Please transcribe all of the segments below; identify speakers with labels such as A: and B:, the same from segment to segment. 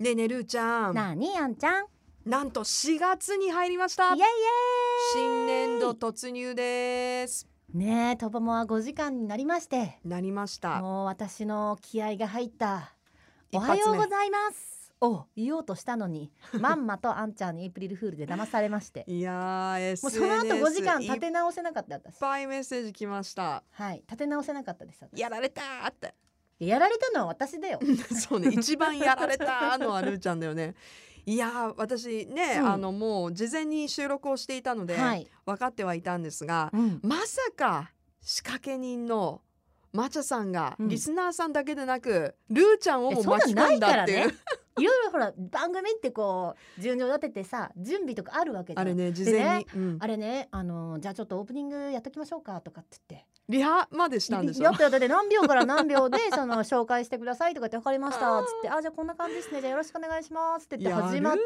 A: ねえねえるーちゃん
B: なあにあんちゃん
A: なんと4月に入りました
B: イエイイエ
A: 新年度突入です
B: イねえとぼもは5時間になりまして
A: なりました
B: もう私の気合が入ったお
A: 一
B: は
A: 発目
B: ようございますを言おうとしたのにまんまとあんちゃんにエイプリルフールで騙されまして
A: いやー
B: もう
A: SNS
B: その後5時間立
A: いって
B: 直せなかった私
A: ぱいメッセージ来ました
B: はい立て直せなかったです私
A: やられたーって
B: やられたのは私だよ
A: そうね一番やられたーのはるーちゃんだよねいやー私ね、
B: うん
A: あのもう事前に収録をしていたので、
B: はい、
A: 分かってはいたんですが
B: うん、
A: まさか仕掛け人のマチャさんが
B: うん
A: リスナーさんだけでなく、ルーちゃんを
B: え
A: も
B: そん
A: 巻
B: な
A: き込
B: んない
A: ん
B: か
A: だ
B: ら
A: っていう
B: ねいろいろほら番組ってこう順序立ててさ準備とかあるわけじゃ
A: あ
B: ん
A: れね事
B: でね
A: 前に、うん
B: あれねあのじゃあちょっとオープニングやっときましょうかとかって言って
A: リハまでしたんです
B: や
A: よ
B: っ。とやっとで何秒から何秒 でその紹介してくださいとかって分かりましたっつってあじゃあこんな感じですねじゃあよろしくお願いしますって言って始まっ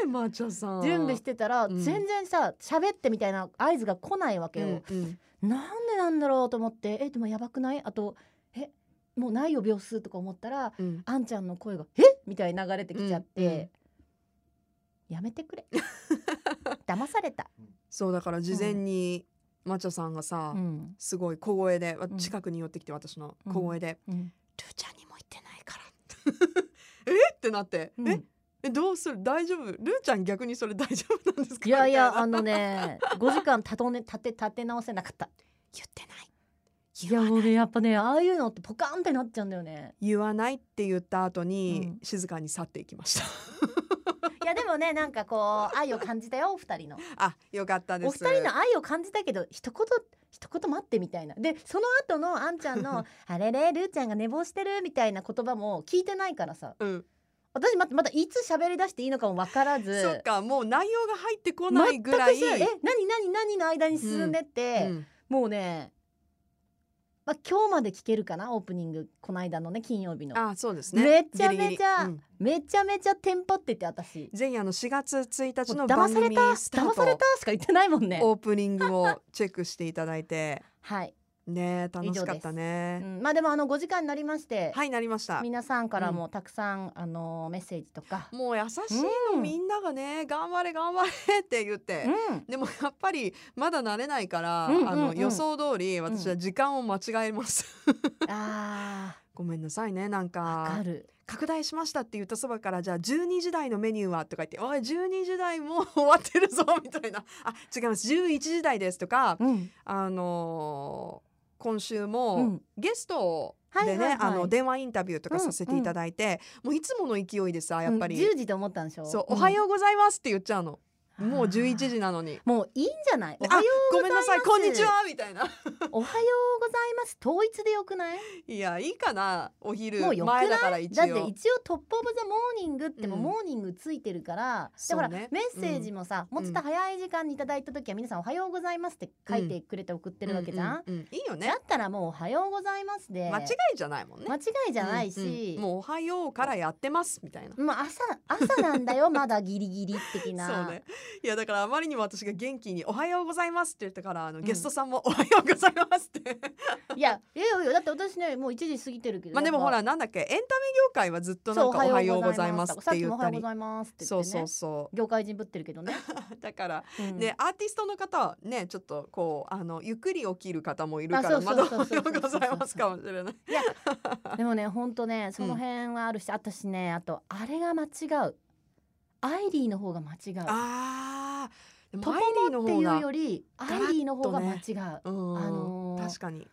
B: て
A: マチャさん
B: 準備してたら
A: うん
B: 全然さ喋ってみたいな合図が来ないわけ
A: うん
B: よ、
A: うん
B: なんでなんだろうと思ってえでもやばくないあとえもうないよ秒数とか思ったら
A: うん
B: あんちゃんの声が「えみたいに流れてきちゃって、
A: うんうん
B: やめてくれ 騙された、
A: そうだから事前にマチャさんがさ、
B: うん
A: すごい小声でわ
B: うん
A: 近くに寄ってきて私の小声で
B: うん
A: 「ルーちゃんにも言ってない から」えってなって「
B: うん
A: ええどうする大丈夫ルーちゃん逆にそれ大丈夫なんですか?」
B: いやい
A: み
B: や
A: た
B: あ
A: な
B: の ね5時間たとね立て立て直せなかった
A: 言ってない
B: い
A: 言
B: や
A: わない
B: もうねやっぱねああいうのってポカンってなっちゃうんだよね
A: 言わないって言った後に、
B: うん
A: 静かに去っていきま した
B: いやでもねなん かこう愛を感じたよお二人の
A: あよかったです
B: お二人の愛を感じたけど一言一言待ってみたいなでその後のあんちゃ んの「あれれるーちゃんが寝坊してる」みたいな言葉も聞いてないからさ
A: うん、
B: 私またまたいつ喋り出していいのかも分からず
A: そっかもう内容が入ってこないぐらい、
B: 全く知らえ何何何の間に進んでって、
A: うん
B: もうね、まあ、今日まで聞けるかなオープニングこの間のね金曜日の
A: あそうですね
B: めちゃめちゃ
A: ギリギリうん
B: めちゃめちゃテンパってて私
A: 前夜の4月1日
B: も
A: の
B: う騙
A: 番
B: され
A: 組
B: た
A: スタ
B: 騙され
A: ー
B: た
A: ト
B: しか言ってないもんね
A: オープニング をチェックしていただいて
B: はい、
A: ね楽しかった
B: う
A: ね、
B: ん、まあでもあの5時間になりまして、
A: はいなりました
B: 皆さんからもたくさん、あのメッセージとか、
A: もう優しい
B: うん
A: のみんながね頑張れ頑張れって言って
B: うん、
A: でもやっぱりまだ慣れないから、
B: うんうんうん
A: あの予想通り私は時間を間違えます、
B: あ
A: ごめんなさいねなん
B: ーわ
A: か
B: かる
A: 拡大しましたって言ったそばからじゃあ12時台のメニューはとか言っておい12時台もう終わってるぞみたいなあ違います11時台ですとか
B: うん
A: あのー今週
B: う
A: も
B: ん
A: ゲスト
B: はいは
A: で
B: い
A: ね、
B: はい
A: あの電話インタビューとかさせていただいて、もういつもの勢いでさやっぱり、
B: うん10時と思ったんでしょ
A: そう、おはようございますって言っちゃうのもう11時なのに
B: うんもういいんじゃないお
A: で
B: はよう
A: ごめんなさい
B: ご
A: こ
B: ざ
A: ん
B: います
A: にちはみたいな
B: おはようございます統一でよくない
A: いやいいかなお昼
B: もうよくない
A: 前だから一
B: だって
A: 応
B: 一応トップオブザモーニングっても
A: うん
B: モーニングついてるから、
A: そ
B: だ
A: う
B: か
A: ね
B: らメッセージもさ、もうちょっと早い時間にいただいた時は皆さんおはようございますって書いてくれて送ってるわけじゃん、
A: うんうんうんいいよね
B: だったらもうおはようございますで
A: 間違いじゃないもんね
B: 間違いじゃないし、
A: うんうんもうおはようからやってますみたいな。
B: まあ朝朝なん だよまだギリギリ的な
A: そうね、いやだからあまりにも私が元気に「おはようございます」って言ったからあの
B: ん
A: ゲストさんも「おはようございます」って
B: いやいやいやいやだって私ねもう1時過ぎてるけど
A: まあでもほ
B: やっ
A: らなんだっけエンタメ業界はずっと
B: ぱ
A: なんか「
B: そう
A: おはようございます」
B: と
A: っ
B: かさってき
A: 言
B: もお
A: っ
B: はよ
A: た
B: うご
A: り
B: ざいますって言って、ね、
A: そうそうそ
B: 業界人ぶってる けどね、
A: うだから
B: うん
A: ねアーティストの方はねちょっとこうあのゆっくり起きる方もいるから
B: あそ
A: ま
B: う
A: だ
B: そ
A: 「お
B: うそう
A: は
B: そう
A: ようございます」かもしれない。
B: いやでもねほんとねその辺はあるし、私ねあとあれが間違うアイリーの方が間違う
A: あーで
B: ト
A: もアイリー
B: ポ
A: の
B: モ
A: 方
B: ってい
A: が
B: うよりア
A: ガラッとね
B: イリーの方が間違う、
A: うん、
B: あのー
A: 確かに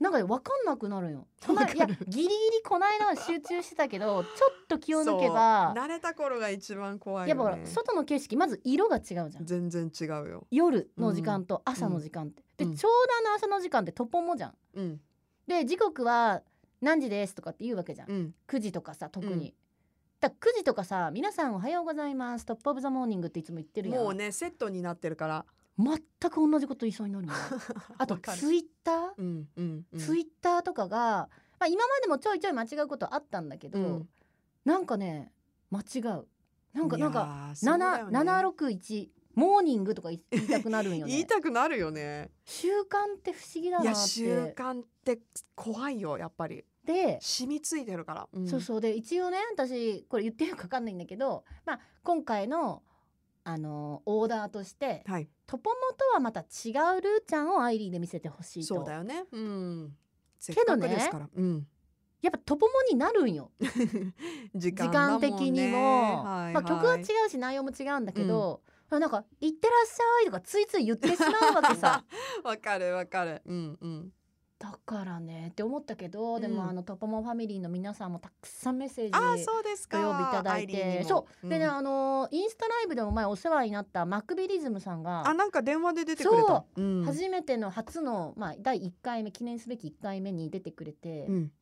B: なんかね分かんなくなるよこないいや
A: わ
B: ギ
A: か
B: リギリこないだは集中してたけどちょっと気を抜け
A: そう
B: ば、
A: 慣れた頃が一番怖い
B: や
A: よ、
B: っ
A: ね、
B: ぱほら外の景色まず色が違うじゃん
A: 全然違うよ。
B: 夜の時間と朝の時間って、
A: うんう
B: で
A: ん
B: ちょうどあの朝の時間ってトポモじゃん
A: うん
B: で時刻は何時ですとかって言うわけじゃん
A: うん
B: 9時とかさ特に、
A: うん
B: だから9時とかさ「皆さんおはようございますトップオブザモーニング」っていつも言ってるやん
A: もうねセットになってるから。
B: 全く同じこと言いそうにな るもんあと
A: わかる
B: ツイッタ
A: うんうんう
B: ー
A: ん。
B: ツイッターとかが、まあ、今までもちょいちょい間違うことあったんだけど、
A: うん
B: なんかね間違うなんかなんか
A: か
B: 7 761モーニングとか言い言いたくなるんよ ね
A: 言いたくなるよね。
B: 習慣って不思議だ
A: い
B: な
A: や
B: って
A: 習慣って怖いよやっぱり。
B: で、
A: 染みついてるから、うん
B: そうそうで一応ね私これ言ってるか分かんないんだけど、 まあ、今回のあのオーダーとして
A: はい
B: トポモとはまた違うルーちゃんをアイリーで見せてほしいと
A: そうだよねうんせっ
B: けど
A: か
B: ね
A: くですから、うん、
B: やっぱトポモになるんよ
A: 時
B: 時
A: 間だも
B: 間
A: んね
B: 的にも、
A: はい
B: まあ、曲は
A: は
B: 違
A: いう
B: し内容も違うんだけど、なんか「行ってらっしゃい」とかついつい言ってしまうわけ さ
A: わかるわかるうんうん
B: だからねって思ったけどでも、
A: うん
B: あのトポモファミリーの皆さんもたくさんメッセージ
A: ああそうですか
B: ご曜日いただい
A: アイリーに
B: て
A: も
B: そうでね、
A: うん
B: あのインスタライブでも前お世話になったマクビリズムさん
A: あ
B: が
A: なんか電話で出てくれた、
B: そう
A: ん
B: 初めての初の、まあ、第1回目記念すべき1回目に出てくれて、
A: うん、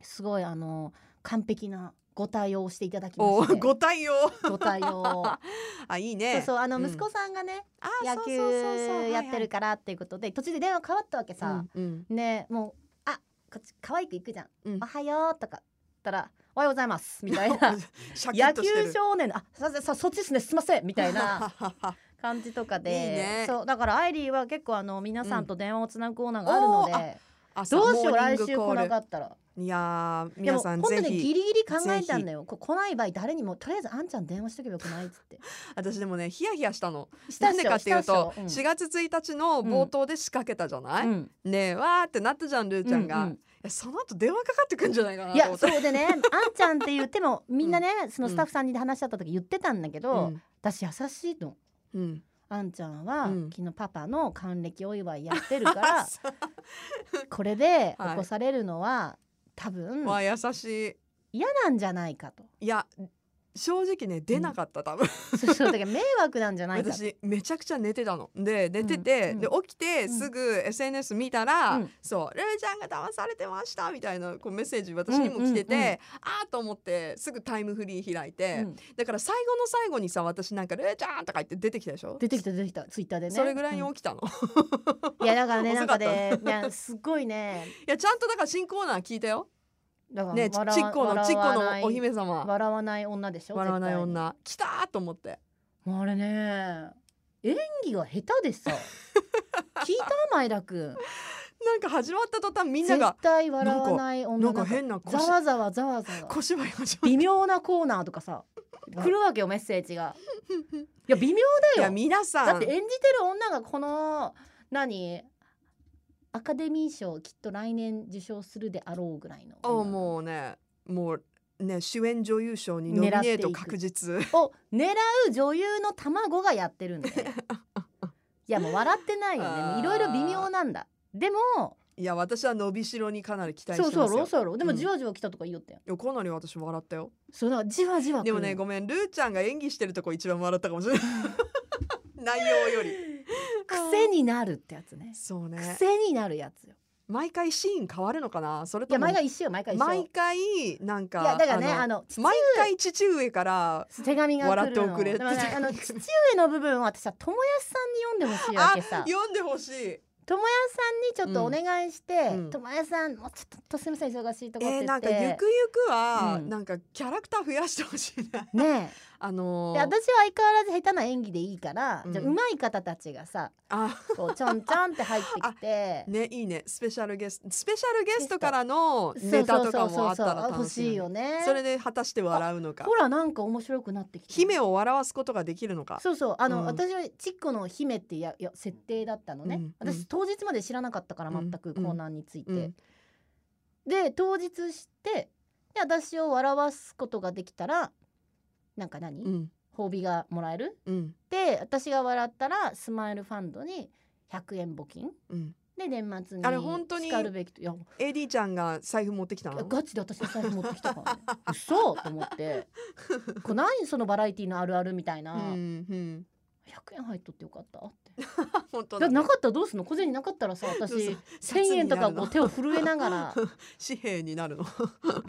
B: すごいあの完璧なご対応をしていただきま
A: お
B: して
A: ご対応
B: ご対応を
A: あいい
B: そう
A: ね
B: そうあの
A: うん
B: 息子さんがね、
A: あ
B: 野球やってるからっていうことで途中で電話変わったわけさ、
A: さ、うんうん
B: ねもう「あこっち可愛く行くじゃん、
A: うん
B: おはよう」とか言ったら「おはようございます」み たいな
A: シャキッ
B: 野
A: としてる
B: 球少年のあささそっちですねすいませんみた いな感じとかで
A: いいね
B: そうだからアイリーは結構あの皆さんと電話をつなぐコーナーがあるので、
A: うんおー朝
B: どうしよう
A: モーニン
B: 来
A: グ
B: 週
A: コ
B: 来
A: ール
B: なかったら
A: いやー皆さん
B: でも
A: ぜ
B: 本当にギ
A: ひ
B: リギリ考えたんだよこ来ない場合誰にもとりあえずあんちゃん電話しとけばよくないっつって
A: 私でもねヒヤヒヤしたの
B: した
A: な
B: っ
A: ん
B: しょ
A: でかっていうと
B: したっし
A: 4月1日の冒頭で仕掛けたじゃな
B: ょ
A: い、
B: うんうん
A: ねえわーってなったじゃんルーちゃんが、
B: う
A: い
B: ん
A: やその後電話かかってくんじゃないかな
B: うんい
A: と思
B: や
A: って
B: そうでねあんちゃんって言って もみんなね、そのスタッフさんに話し合った時言ってたんだけ
A: う
B: ど、
A: ん
B: 私優しいの
A: うん、
B: あんちゃんは、
A: うん
B: 昨日パパの還暦お祝いやってるから これで
A: はい
B: 起こされるのは多分
A: わあ優し
B: 嫌なんじゃないかと
A: いいや正直ね出なかった多分、
B: そうそうだから迷惑なんじゃないかと
A: 私めちゃくちゃ寝てたので寝てて、
B: うん
A: で起きて
B: ん
A: すぐ SNS 見たら、
B: うん
A: そう「ルーちゃんが騙されてました」みたいなこうメッセージ私にも来てて、
B: うんうんうん
A: ああと思ってすぐタイムフリー開いて、
B: うん
A: だから最後の最後にさ私なんか「ルーちゃん」とか言って出てきたでしょ
B: 出てきた出てきたツイッターでね
A: それぐらい
B: うん
A: に起きたの、い
B: いやだからねな
A: 遅
B: ん
A: か
B: か
A: った
B: で、ね、すごいね
A: やちゃんとだから新コーナー聞いたよ
B: だから
A: ねちちっ
B: 笑わ
A: このちっこ
B: 笑わな
A: の
B: い
A: お姫様
B: 笑わない女でしょ
A: 笑わない
B: 絶対に
A: 女来たーと思って
B: もうあれね演技が下手で さ聞いた前田君
A: なんか始まった途端みんな
B: 絶
A: が
B: 対笑わない女
A: なんか変な
B: ざ
A: 腰
B: わざわざわざわ
A: 小芝居始まっ
B: 微妙なコーナーとかさ来るわけよメッセージが
A: たい
B: いや微妙だ
A: や
B: よ
A: 皆さん
B: だって演じてる女がこの何アカデミー賞きっと来年受賞するであろうぐらいの
A: あもうねもうね主演女優賞にノミネート確実
B: を狙う女優の卵がやってる んでいやもう笑ってないよ
A: あー
B: ねいろいろ微妙なんだでも
A: いや私は伸びしろにかなり期待して
B: そ
A: ま
B: う
A: すよ
B: そうロそうロでも
A: うん
B: じわじわ来たとか言いよったよ、
A: いやかなり私笑ったよ
B: そうだからじわじわ来
A: で
B: る
A: もねごめんルーちゃんが演技してるとこ一番笑ったかもしれない 内容より
B: 癖になるってやつね
A: そうね
B: 癖になるやつよ
A: 毎回シーン変わるのかなそれ
B: い
A: と
B: や
A: も
B: 毎回一緒よ毎回一緒
A: 毎回なんか
B: いやだからねあ
A: あの
B: の父
A: 毎回父上から
B: 手紙が来るの
A: 笑っておくれって
B: だからねあの父上の部分は私は友康さんに読んでほしいわ
A: あ
B: けさ
A: 読んでほしい
B: 友康さんにちょっとお願いして
A: うんうん
B: 友康、さんもうちょっとすみません忙しいとこって
A: え
B: 言
A: ー
B: って、
A: なんかゆくゆくは、
B: うん
A: なんかキャラクター増やしてほしいね
B: ねえ
A: あの
B: で
A: ー、
B: 私は相変わらず下手な演技でいいから、
A: うん
B: じゃあ上手い方たち がさ
A: あ、
B: こうちょんちょんって入ってきて
A: ねいいねスペシャルゲストスペシャルゲストからのネタとかもあったら
B: 欲
A: 楽し
B: し
A: い
B: い
A: よ
B: よね
A: それで果たして笑うのか
B: ほらなんか面白くなってきて
A: 姫を笑わすことができるのか
B: そうそうあ
A: う
B: の、
A: ん
B: 私はちっこの姫ってやや設定だったのね、
A: うんうん
B: 私当日まで知らなかったから全く
A: うん
B: コーナーについて、
A: うん
B: で当日知ってで私を笑わすことができたらなんか何、
A: うん
B: 褒美がもらえる
A: うん
B: で私が笑ったらスマイルファンドに100円募金
A: うん
B: で年末に
A: あれ本当に
B: しかるべきといや
A: AD ちゃんが財布持ってきたの
B: ガチで私の財布持ってきたからね 嘘と思 ってこう何そのバラエティのあるあるみたいな、
A: うんうん
B: 100円入っとってよかったって
A: 本当だ
B: だっ
A: ね
B: てなかったらどうすんの小銭なかったらさ 私
A: そう
B: 1,000円とか
A: 札になる
B: こ
A: の
B: う手を震えな がら
A: 紙幣になるの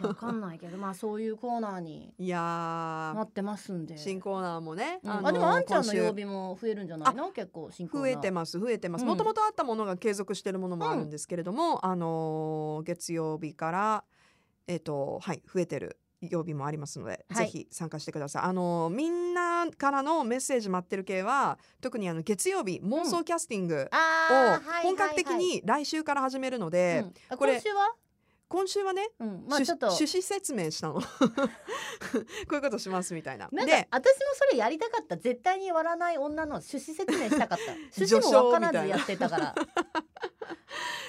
B: わかんないけどまあそういうコーナーに
A: いや
B: な
A: ー
B: ってますんで。
A: 新コーナーもね、
B: うん
A: のー
B: あでもあんちゃん
A: 今
B: の
A: 週
B: 曜日も増えるんじゃないの結構新コー
A: 増
B: ナー
A: えてます増えてます
B: うん
A: もともとあったものが継続してるものもあるんですけれども、あのー月曜日からえっ、とはい増えてる曜日もありますので、
B: は
A: ぜ
B: い
A: ひ参加してくださいあのーみんなからのメッセージ待ってる系は特にあの月曜日妄想キャスティング
B: あーはいはい
A: を
B: はい
A: 本格的に来週から始めるので、
B: うんあ
A: これ
B: 今週は
A: 今週はね
B: うん、まあ
A: 趣
B: ちょっと
A: 趣旨説明したの こういうことしますみたいな。
B: なんか
A: で
B: 私もそれやりたかった絶対に笑わない女の趣旨説明したかった 趣旨も分からずやってたから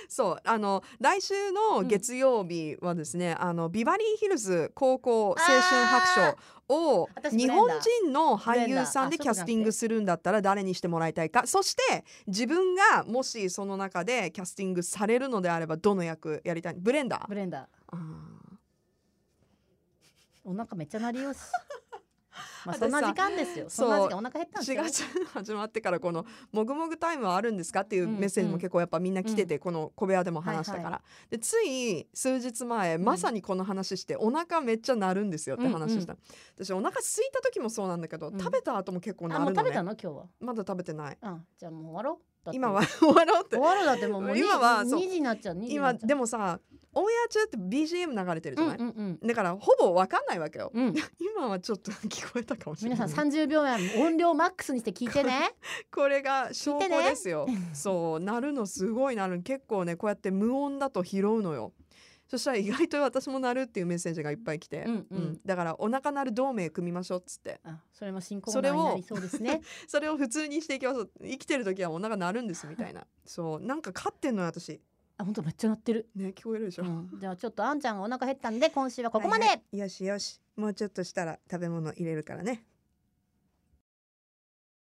A: そうあの来週の月曜日はですね、あのビバリーヒルズ高校青春白書を
B: あー私
A: 日本
B: ブレンダ
A: 人の俳優さんで
B: ブ
A: キ
B: レンダー
A: ャ
B: あ
A: スティングするんだったら誰にしてもらいたいかそして自分がもしその中でキャスティングされるのであればどの役やりたいブレンダー
B: ブレンダー
A: あー
B: お腹めっちゃ鳴りよしまあ
A: 私さ
B: そんな時間ですよそ
A: そうん
B: な時間お腹減ったんです
A: 4
B: よ
A: 月始まってからこの「もぐもぐタイムはあるんですか?」っていうメッセージも結構やっぱみんな来てて、この小部屋でも話したから、
B: はい
A: でつい数日前
B: ん
A: まさにこの話して、お腹めっちゃ鳴るんですよって話した、私お腹空いた時もそうなんだけど、
B: うん
A: 食べた後も結構
B: あ
A: 鳴
B: もう
A: るの
B: 食べ
A: ね
B: たの今日は
A: まだ食べてない
B: あじゃあもう終わろうだって
A: 今は終わろうって
B: 終わろうだってもうもう
A: 今は
B: 2
A: そう
B: 時になっちゃう2時にな
A: 今
B: っちゃう
A: でもさオンエア中って BGM 流れてるじゃない、
B: うんうん
A: だからほぼわかんないわけよ
B: うんうん
A: 今はちょっと聞こえたかもしれな
B: 皆
A: い
B: さん30秒前音量マックスにして聞いてね
A: これが証拠
B: 聞いてね
A: ですよ。 そうなるのすごいなる結構ねこうやって無音だと拾うのよ。そしたら意外と私もなるっていうメッセージがいっぱい来て、
B: うんうん
A: だからお腹なる同盟組みましょうっつって
B: あそれも進行
A: それを
B: になりそうですね
A: それを普通にしていきましょう生きてる時はお腹なるんですみたいなそうなんか勝ってんのよ私
B: あ本当めっちゃ鳴ってる、
A: ね聞こえるでし
B: う
A: ょ、
B: ん、じゃあちょっとあんちゃんがお腹減ったんで今週はここまで、
A: はいはいよしよしもうちょっとしたら食べ物入れるからね